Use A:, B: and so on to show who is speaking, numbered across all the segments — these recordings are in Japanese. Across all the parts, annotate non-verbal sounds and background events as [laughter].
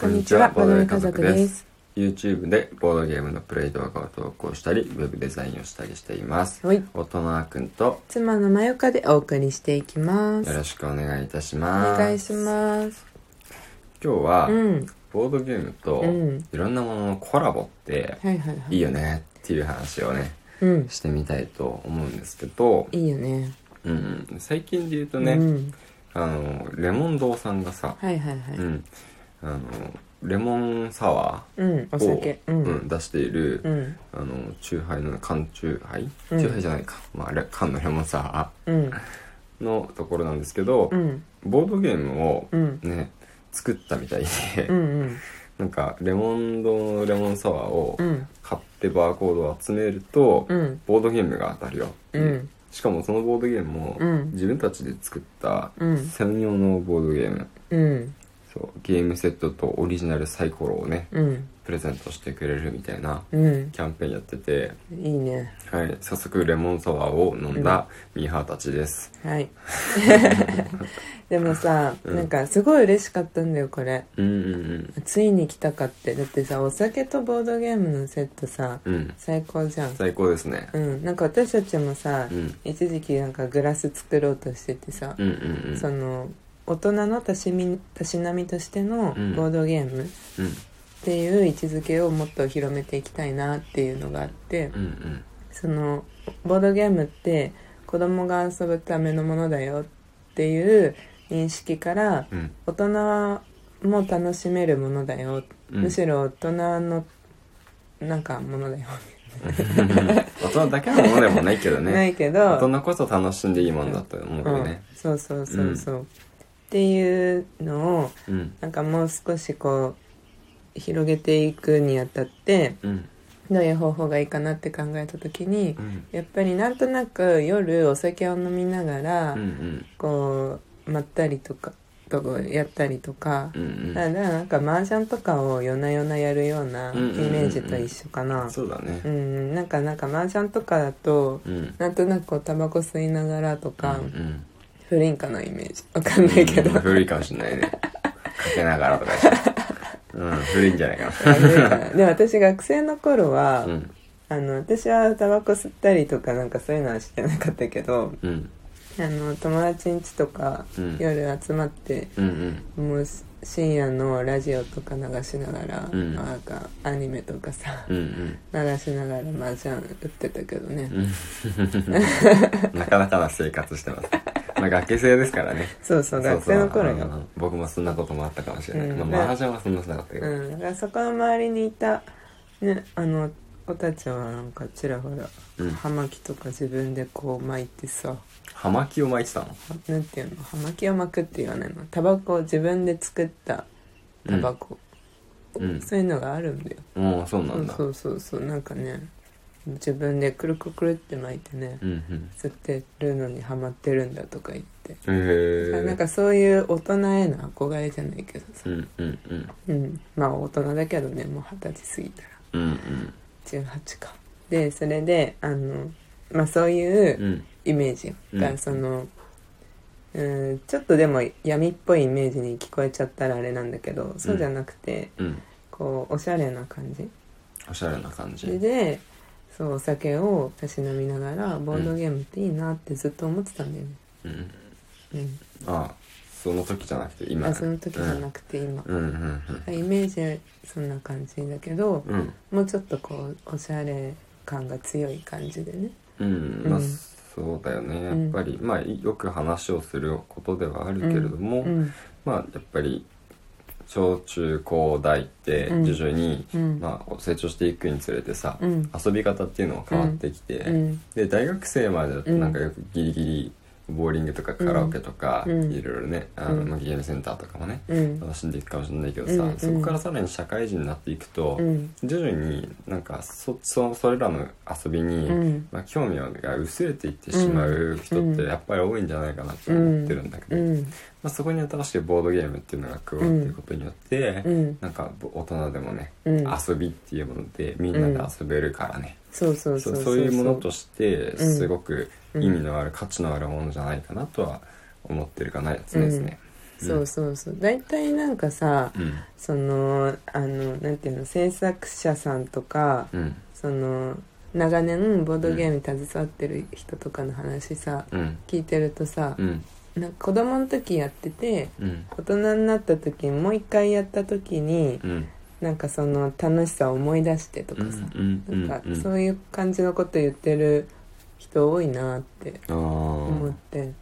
A: こんにちは、ボードゲーム家族です。す。
B: YouTube でボードゲームのプレイ動画を投稿したり、ウェブデザインをしたりしています。
A: はい
B: 大人あくんと
A: 妻のまゆかでお送りしていきま
B: よ
A: す。
B: ろしくお願いいたし
A: お
B: ます。
A: 願いします。
B: 今日は、
A: うん。
B: ボードゲームと
A: うん
B: いろんなもののコラボって
A: はいはいはい。
B: いいよねっていう話をね、
A: うん。
B: してみたいと思うんですけど、
A: いいよね。
B: うん、最近で言うとね、
A: うん。
B: あの、レモン堂さんがさ、
A: はいはいはい。
B: うん、あの、レモンサワー、
A: うん。お酒。う。
B: うんん、出している、
A: うん。
B: あのチューハイの缶チューハイ、
A: うん
B: チューハイじゃないか、まあ、レ缶のレモンサ
A: うん。
B: ーのところなんですけど、
A: うん。
B: ボードゲームを
A: うん。
B: ね作ったみたいで、 [laughs]
A: うん。うん。
B: なんかレモン堂のレモンサワーを
A: うん。
B: 買ってバーコードを集めると、
A: うん。
B: ボードゲームが当たるよって
A: う
B: いう、
A: ん。
B: しかもそのボードゲームも、
A: うん
B: 自分たちで作った
A: うん
B: 専用のボードゲーム
A: うん。
B: そうゲームセットとオリジナルサイコロをね
A: うん。
B: プレゼントしてくれるみたいな
A: うん。
B: キャンペーンやってて
A: いいね。
B: はい、早速レモンサワーを飲んだミーハーたちです。
A: はい。でもさ、なんかすごい嬉しかったんだよ、これ。
B: うんうん
A: ついに来たかって。だってさ、お酒とボードゲームのセットさ、
B: うん。うん。
A: 最高じゃん。
B: 最高ですね。
A: うん、なんか私たちもさ、
B: うん。
A: 一時期なんかグラス作ろうとしててさ
B: う、んうんうん。
A: その大人のたしみたしなみとしてのボ
B: うん
A: ードゲームっ
B: うん
A: ていう位置づけをもっと広めていきたいなっていうのがあって
B: うんうん。
A: そのボードゲームって子供が遊ぶためのものだよっていう認識から
B: うん
A: 大人も楽しめるものだよ、
B: うん。
A: むしろ大人のなんかものだよ、
B: 大人だけのものでもないけど
A: [laughs] な
B: ね。
A: いけど
B: 大人こそ楽しんでいいもんだと思うよね。
A: うん、そうそうそうそう、っていうのを
B: うん。
A: なんかもう少しこう広げていくにあたって
B: うん。
A: どういう方法がいいかなって考えた時に
B: うん。
A: やっぱりなんとなく夜お酒を飲みながら、
B: うんうん。
A: こうまったりとかとかやったりとか
B: う、ん
A: だからなんか麻雀とかを夜な夜なやるようなイ
B: うんう
A: メ
B: んうんうん
A: ージと一緒か
B: う。
A: なん
B: そうだ
A: う
B: ね。
A: んなんかなんか麻雀とかだと
B: うん。
A: なんとなくこうタバコ吸いながらとか、
B: うん
A: 不倫かなイメージわか
B: うんん。
A: ないけど
B: うん古
A: [laughs]
B: いかもしんないね。かけながらとかして。うん。古いんじゃないかな。
A: でも私学生の頃は、
B: うん。
A: あの私はタバコ吸ったりとかなんかそういうのはしてなかったけど
B: うん。
A: あの友達ん家とか
B: うん。
A: 夜集まって、
B: うんうん。
A: もう深夜のラジオとか流しながら、
B: うん
A: なんかアニメとかさ
B: うんうん。
A: 流しながら麻雀打ってたけどね、
B: [laughs] なかなかな生活してます。まあ、学生制ですからね。
A: [laughs] そうそう学生の頃
B: そうそうあ
A: よ
B: の僕もそんなこともあったかもしれない。
A: うん
B: まあ、麻雀はそんなことなかったけど。
A: うんだからそこの周りにいたねあの子たちはなんかちらほら、
B: うん
A: 葉巻とか自分でこう巻いてさ、
B: 葉巻を巻いてたの
A: なんていうの葉巻を巻くって言わないのタバコを自分で作ったタバコ、
B: うん。
A: そういうのがあるんだよ
B: うん、そうな
A: そうん
B: だ。
A: そうそうそうなんかね自分でくるくるくるって巻いてね
B: うんうん。
A: 吸ってるのにハマってるんだとか言って、
B: へー
A: なんかそういう大人への憧れじゃないけどさ
B: う、んうんうん。
A: うん、まあ大人だけどねもう二十歳過ぎたら
B: うん
A: 18かでそれであのまあそうい
B: う
A: う
B: ん。うん。
A: イメージが、
B: うん
A: そのうんちょっとでも闇っぽいイメージに聞こえちゃったらあれなんだけどそうじゃなくて、
B: うん。
A: こうおしゃれな感じ
B: おしゃれな感
A: それ
B: じ。
A: でそうお酒をたしなみながらボードゲームっていいなってずっと思ってたんだよね、
B: うん。
A: うん
B: あ、その時じゃなくて、今。
A: あその時じゃなくて今、
B: うんうん
A: イメージそんな感じだけど
B: うん。うん。
A: もうちょっとこうおしゃれ感が強い感じでね
B: うん。
A: うん
B: まあ、そうだよね。やっぱり、まあ、よく話をすることではあるけれども、
A: うん
B: まあやっぱり小中高大って
A: うん
B: 徐々に、
A: うん、
B: まあ、成長していくにつれてさ、
A: うん
B: 遊び方っていうのが変わってきて、
A: うん
B: で大学生までだと
A: うん
B: なんかよくギリギリボーリングとかカラオケとか、
A: うん
B: いろいろねあの、
A: うん
B: まあゲームセンターとかもね
A: うん
B: 楽しんでいくかもしれないけどさ、
A: うん
B: そこからさらに社会人になっていくと、
A: うん
B: 徐々になんかそそそれらの遊びに、
A: うん
B: まあ、興味が薄れていってしまう人ってやっぱり多いんじゃないかなと思ってるんだけど、
A: うん
B: まあ、そこに新しいボードゲームっていうのが加わっていくことによって、
A: うん
B: なんか大人でもね、
A: うん
B: 遊びっていうものでみんなで遊べるからね、
A: そうそう
B: そ
A: そうう
B: そういうものとして
A: うん
B: すごく意味のある、価値のあるものじゃないかなとは思ってるかなやつですね。
A: そうそうそう大体なんかさ
B: うん
A: そのあのなんていうの制作者さんとか
B: うん
A: その長年ボードゲームに携わってる人とかの話さ
B: うん
A: 聞いてるとさ
B: うん
A: なんか子供の時やってて
B: うん
A: 大人になった時にもう一回やった時に
B: うん
A: なんかその楽しさを思い出してと
B: う
A: かさ、
B: んうん
A: なんか
B: うん
A: そういう感じのこと言ってる人多いなって
B: あ
A: 思っ
B: ー
A: て、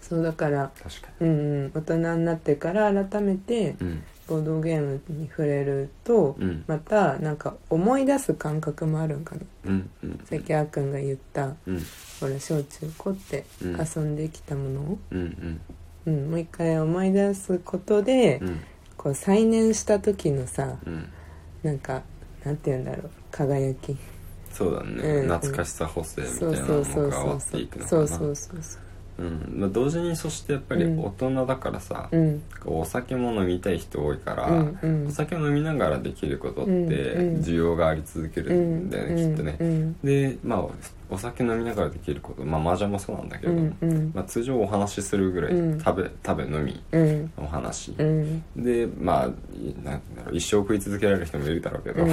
A: そうだから、
B: 確かに
A: うんうん、大人になってから改めて
B: うん
A: ボードゲームに触れると
B: うん
A: またなんか思い出す感覚もあるんかな
B: うんうん
A: 関谷君が言った
B: うん
A: ほら小中高って
B: うん
A: 遊んできたものを、
B: うんうん
A: うん、もう一回思い出すことで、
B: うん
A: こう再燃した時のさ
B: うん
A: なんかなんて言うんだろう輝き
B: そうだね、
A: うん
B: 懐かしさ補正みたい
A: そう
B: な
A: そう
B: の
A: そ
B: も
A: う
B: 変
A: そ
B: わ
A: う
B: っ
A: そ
B: ていくの
A: う
B: か
A: そ
B: な
A: うそうそうそう
B: うんまあ、同時にそしてやっぱり
A: うん
B: 大人だからさ、
A: うん
B: お酒も飲みたい人多いから、
A: うんうん
B: お酒を飲みながらできることって
A: うんうん
B: 需要があり続けるんだよね、きっとね
A: う、ん
B: でまあお酒飲みながらできることまあ麻雀もそうなんだけ
A: う
B: ど、
A: んうん
B: まあ、通常お話しするぐらい、
A: うん
B: 食べ食べ飲み
A: うん
B: お話、
A: うん
B: でまあいなんだろう一生食い続けられる人もいるだろうけど、
A: うん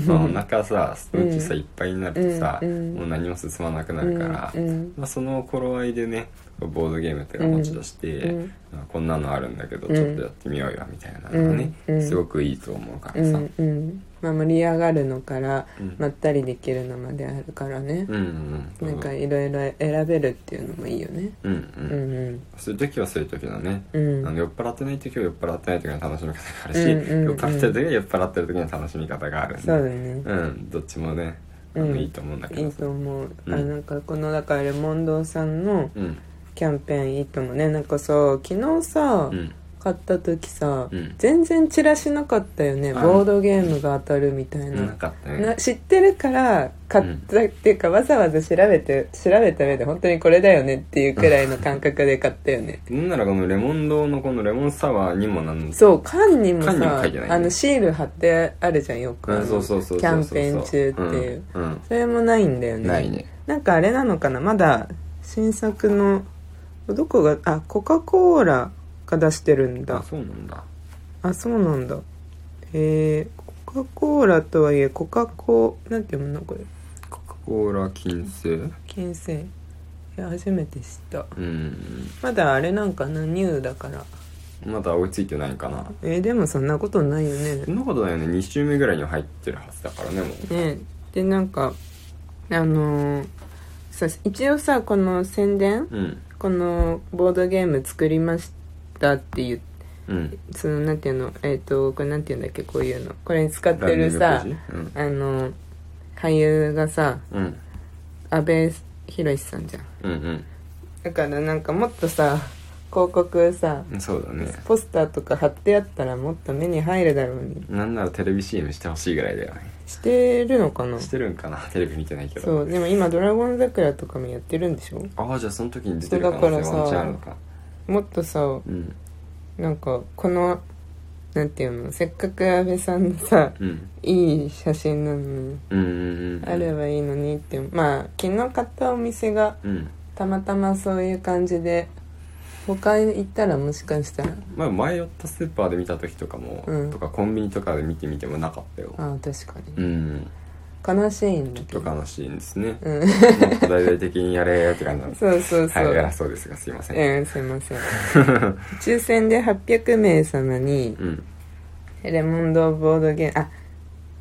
B: [laughs] まあ、お腹さそのうちさいっぱいになるとさ、
A: うん
B: もう何も進まなくなるから、
A: うん
B: まあ、その頃合いでねボードゲームとか持ち出して、
A: うん
B: まあこんなのあるんだけど
A: うん
B: ちょっとやってみようよみたいなのがね、
A: うん
B: すごくいいと思うか
A: う
B: らさ、
A: んうんまあ盛り上がるのから
B: うん
A: まったりできるのまであるからね
B: うんうんうん
A: なんかいろいろ選べるっていうのもいいよね
B: うんう
A: うんん
B: そういう時はそういう時だね、
A: うん
B: あの酔っ払ってない時は酔っ払ってない時の楽しみ方があるし、
A: うんうんうん
B: 酔っ払ってる時は酔っ払ってる時の楽しみ方があるんで
A: そうだね
B: うんどっちもねあ
A: う
B: の
A: ん
B: いいと思うんだけ
A: い
B: ど
A: い
B: さ
A: と思うあ
B: うん
A: なんかこのだからレモンドーさんの
B: うん
A: キャンペーンいいと思うねなんかさ昨日さ
B: うん
A: 買った時さ
B: うん
A: 全然チラシなかったよね
B: あ
A: ボードゲームが当たるみたいな
B: なかったね
A: な知ってるから買ったっていうか、わざわざ調べて調べた上で本当にこれだよねっていうくらいの感覚で買ったよね
B: なんならこのレモン堂のこのレモンサワーにもなん
A: そう缶にもさ
B: 缶にも書いてないね
A: あのシール貼ってあるじゃんよく
B: うんそうそうそうそうそう
A: キャンペーン中っていう、
B: うんうん
A: それもないんだよね
B: ないね
A: なんかあれなのかなまだ新作のどこがあコカ・コーラが出してるんだ
B: あそうなんだ
A: あそうなんだへえコカ・コーラとはいえコカ・コなんて読むのこれ
B: コカ・コーラ金星
A: 金星いや初めて知った
B: うん
A: まだあれなんかなニューだから
B: まだ追いついてないかな
A: えーでもそんなことないよね
B: そ
A: ね
B: んなことないよね2週目ぐらいには入ってるはずだからねもう
A: えでなんかあのーさ一応さこの宣伝
B: うん
A: このボードゲーム作りましたっていう
B: うん
A: そのなんていうのえっ、とこれなんていうんだっけこういうのこれに使ってる
B: ラン
A: さ
B: ニングページ
A: あの俳優がさ
B: うんうん
A: 阿部寛さんじゃん
B: うん
A: だからなんかもっとさ広告さ
B: うんそうだね
A: ポスターとか貼ってあったらもっと目に入るだろうに
B: なんならテレビ CM してほしいぐらいだよね
A: してるのかな
B: してるんかなテレビ見てないけ
A: そ
B: ど
A: うでも今「ドラゴン桜」とかもやってるんでしょ
B: ああじゃあその時に出てる可能性
A: そうだからさ
B: ワンチャンあるのか
A: もっとさ
B: うん
A: なんかこのなんていうのせっかく安倍さんのさ
B: うん
A: いい写真なのに
B: うんうんうん
A: あればいいのにってまあ昨日買ったお店が
B: うん
A: たまたまそういう感じで他行ったらもしかしたら
B: まあ前寄ったスーパーで見た時とかも
A: うん
B: とかコンビニとかで見てみてもなかったよ
A: ああ確かに
B: うん
A: 悲しいんだ
B: ち
A: け
B: ょっ
A: ど
B: と悲しいんですね
A: うん
B: もっと大々的にやれーって感じなんです
A: そうそう [laughs] そ
B: はい、
A: う
B: 偉そうですがすいません
A: うんすいません抽選で800名様に
B: うん
A: レモンドボードゲーム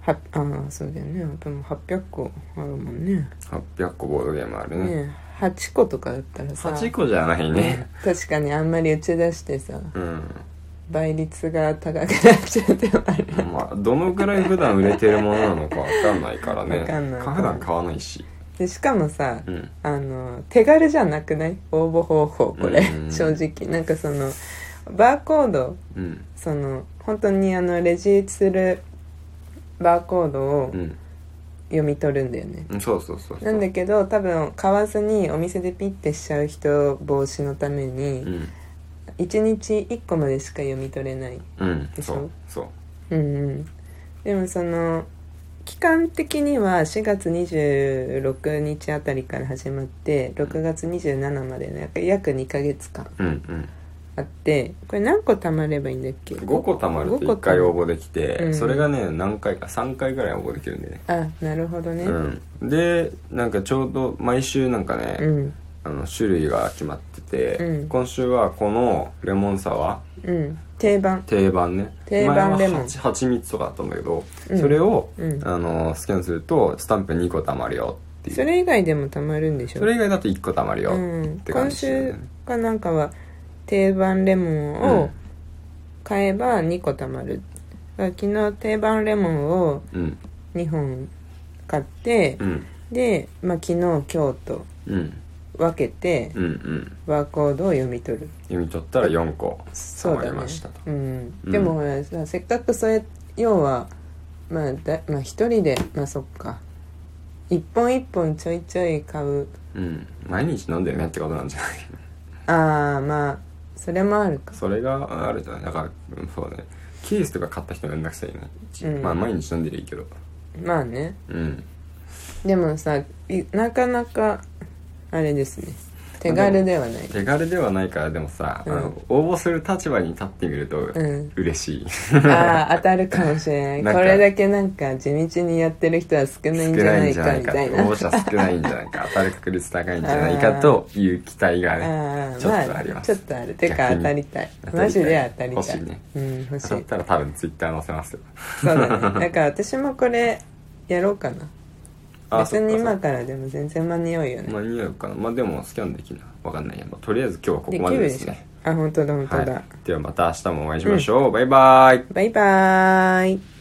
A: あはあそうだよねでも800個あるもんね
B: 800個ボードゲームあるね
A: ね8個とかだったらさ
B: 8個じゃないね
A: 確かにあんまり打ち出してさ
B: うん
A: 倍率が高くなっちゃうってもある
B: まあどのぐらい普段売れてるものなのかわかんないからね
A: わかんない
B: 普段買わないし
A: でしかもさ
B: うん
A: あの手軽じゃなくない応募方法これ
B: うん
A: 正直なんかそのバーコード
B: うん
A: その本当にあのレジするバーコードを
B: うん
A: 読み取るんだよね、
B: うんそうそうそうそう
A: なんだけど多分買わずにお店でピッてしちゃう人防止のため
B: う
A: に
B: ん
A: 1日1個までしか読み取れない
B: うん
A: でし
B: そ
A: ょ
B: うそう
A: うんうんでもその期間的には4月26日あたりから始まって6月27までの約約2ヶ月間
B: うん
A: あってこれ何個貯まればいいんだっけ
B: 5個貯まると
A: 5個
B: 1回応募できて、
A: うん
B: それがね何回か3回ぐらい応募できるんでね
A: あなるほどね
B: うん、でなんかちょうど毎週なんかね、
A: うん
B: あの種類が決まってて、
A: うん
B: 今週はこのレモンサワー
A: うん定番
B: 定番ね
A: 定番レ
B: 前は
A: モン
B: はち蜂蜜とかだったんだけど、
A: うん
B: それを、
A: うん
B: あのスキャンするとスタンプ2個貯まるよっていう
A: それ以外でも貯まるんでしょ
B: それ以外だと1個貯まるよ
A: うん
B: って感
A: 今
B: じだよね
A: 週かなんかは定番レモン
B: うん
A: を買えば2個貯まる、だから昨日定番レモンを
B: うん
A: 2本買って
B: う、ん
A: で、まあ、昨日今日と
B: うん
A: 分けて
B: うんうん
A: バーコードを読み取る
B: 読み取ったら4個
A: そうだね
B: 貯まりましたと
A: うん
B: うん
A: でもほらさせっかくそれ要はまあだ、まあ、一人でまあそっか一本一本ちょいちょい買う
B: うん毎日飲んでるねってことなん
A: [laughs]
B: じゃない
A: ああまあそれもあるか
B: それがあるじゃないだからうんそうねケースとか買った人めんどくさいね、
A: うん
B: まあ毎日飲んでるいいけど
A: まあね
B: うん
A: でもさいなかなかあれですね手軽ではない
B: 手軽ではないからでもさ、
A: うん
B: あの応募する立場に立ってみると
A: うん
B: 嬉しい、 [laughs]
A: ああ当たるかもしれな
B: ないん
A: こ
B: か
A: れだけなんか地道にやってる人は少ないんじ
B: 少
A: ゃ
B: な
A: ない
B: ん
A: い
B: じゃ
A: か
B: ない
A: み
B: か
A: たいな
B: 応募者少ないんじゃないか当たる確率高いんじゃないか
A: [laughs]
B: という期待がね
A: ああ
B: ちょっと
A: ま
B: あり
A: あ
B: ま
A: ち
B: す
A: ょっとあるてか
B: 逆に
A: 当たりたい
B: 当たりたい
A: マジで当たりたい
B: 欲しいね
A: うん欲しい
B: 当たったら多分ツイッター載せますよ
A: そうだねだから私もこれやろうかな
B: あ
A: 別に
B: そっかそ
A: 今
B: っ
A: からでも全然間に合うよ
B: か
A: ね
B: 間に合うかなまあでもスキャンできるなわかんないや、まあ、とりあえず今日はこ
A: で
B: こ
A: き
B: まで
A: る
B: で
A: ですしょ
B: ね
A: あ本当だ本当だ、
B: はい、ではまた明日もお会いしましょう、バイバイ
A: バイバーイ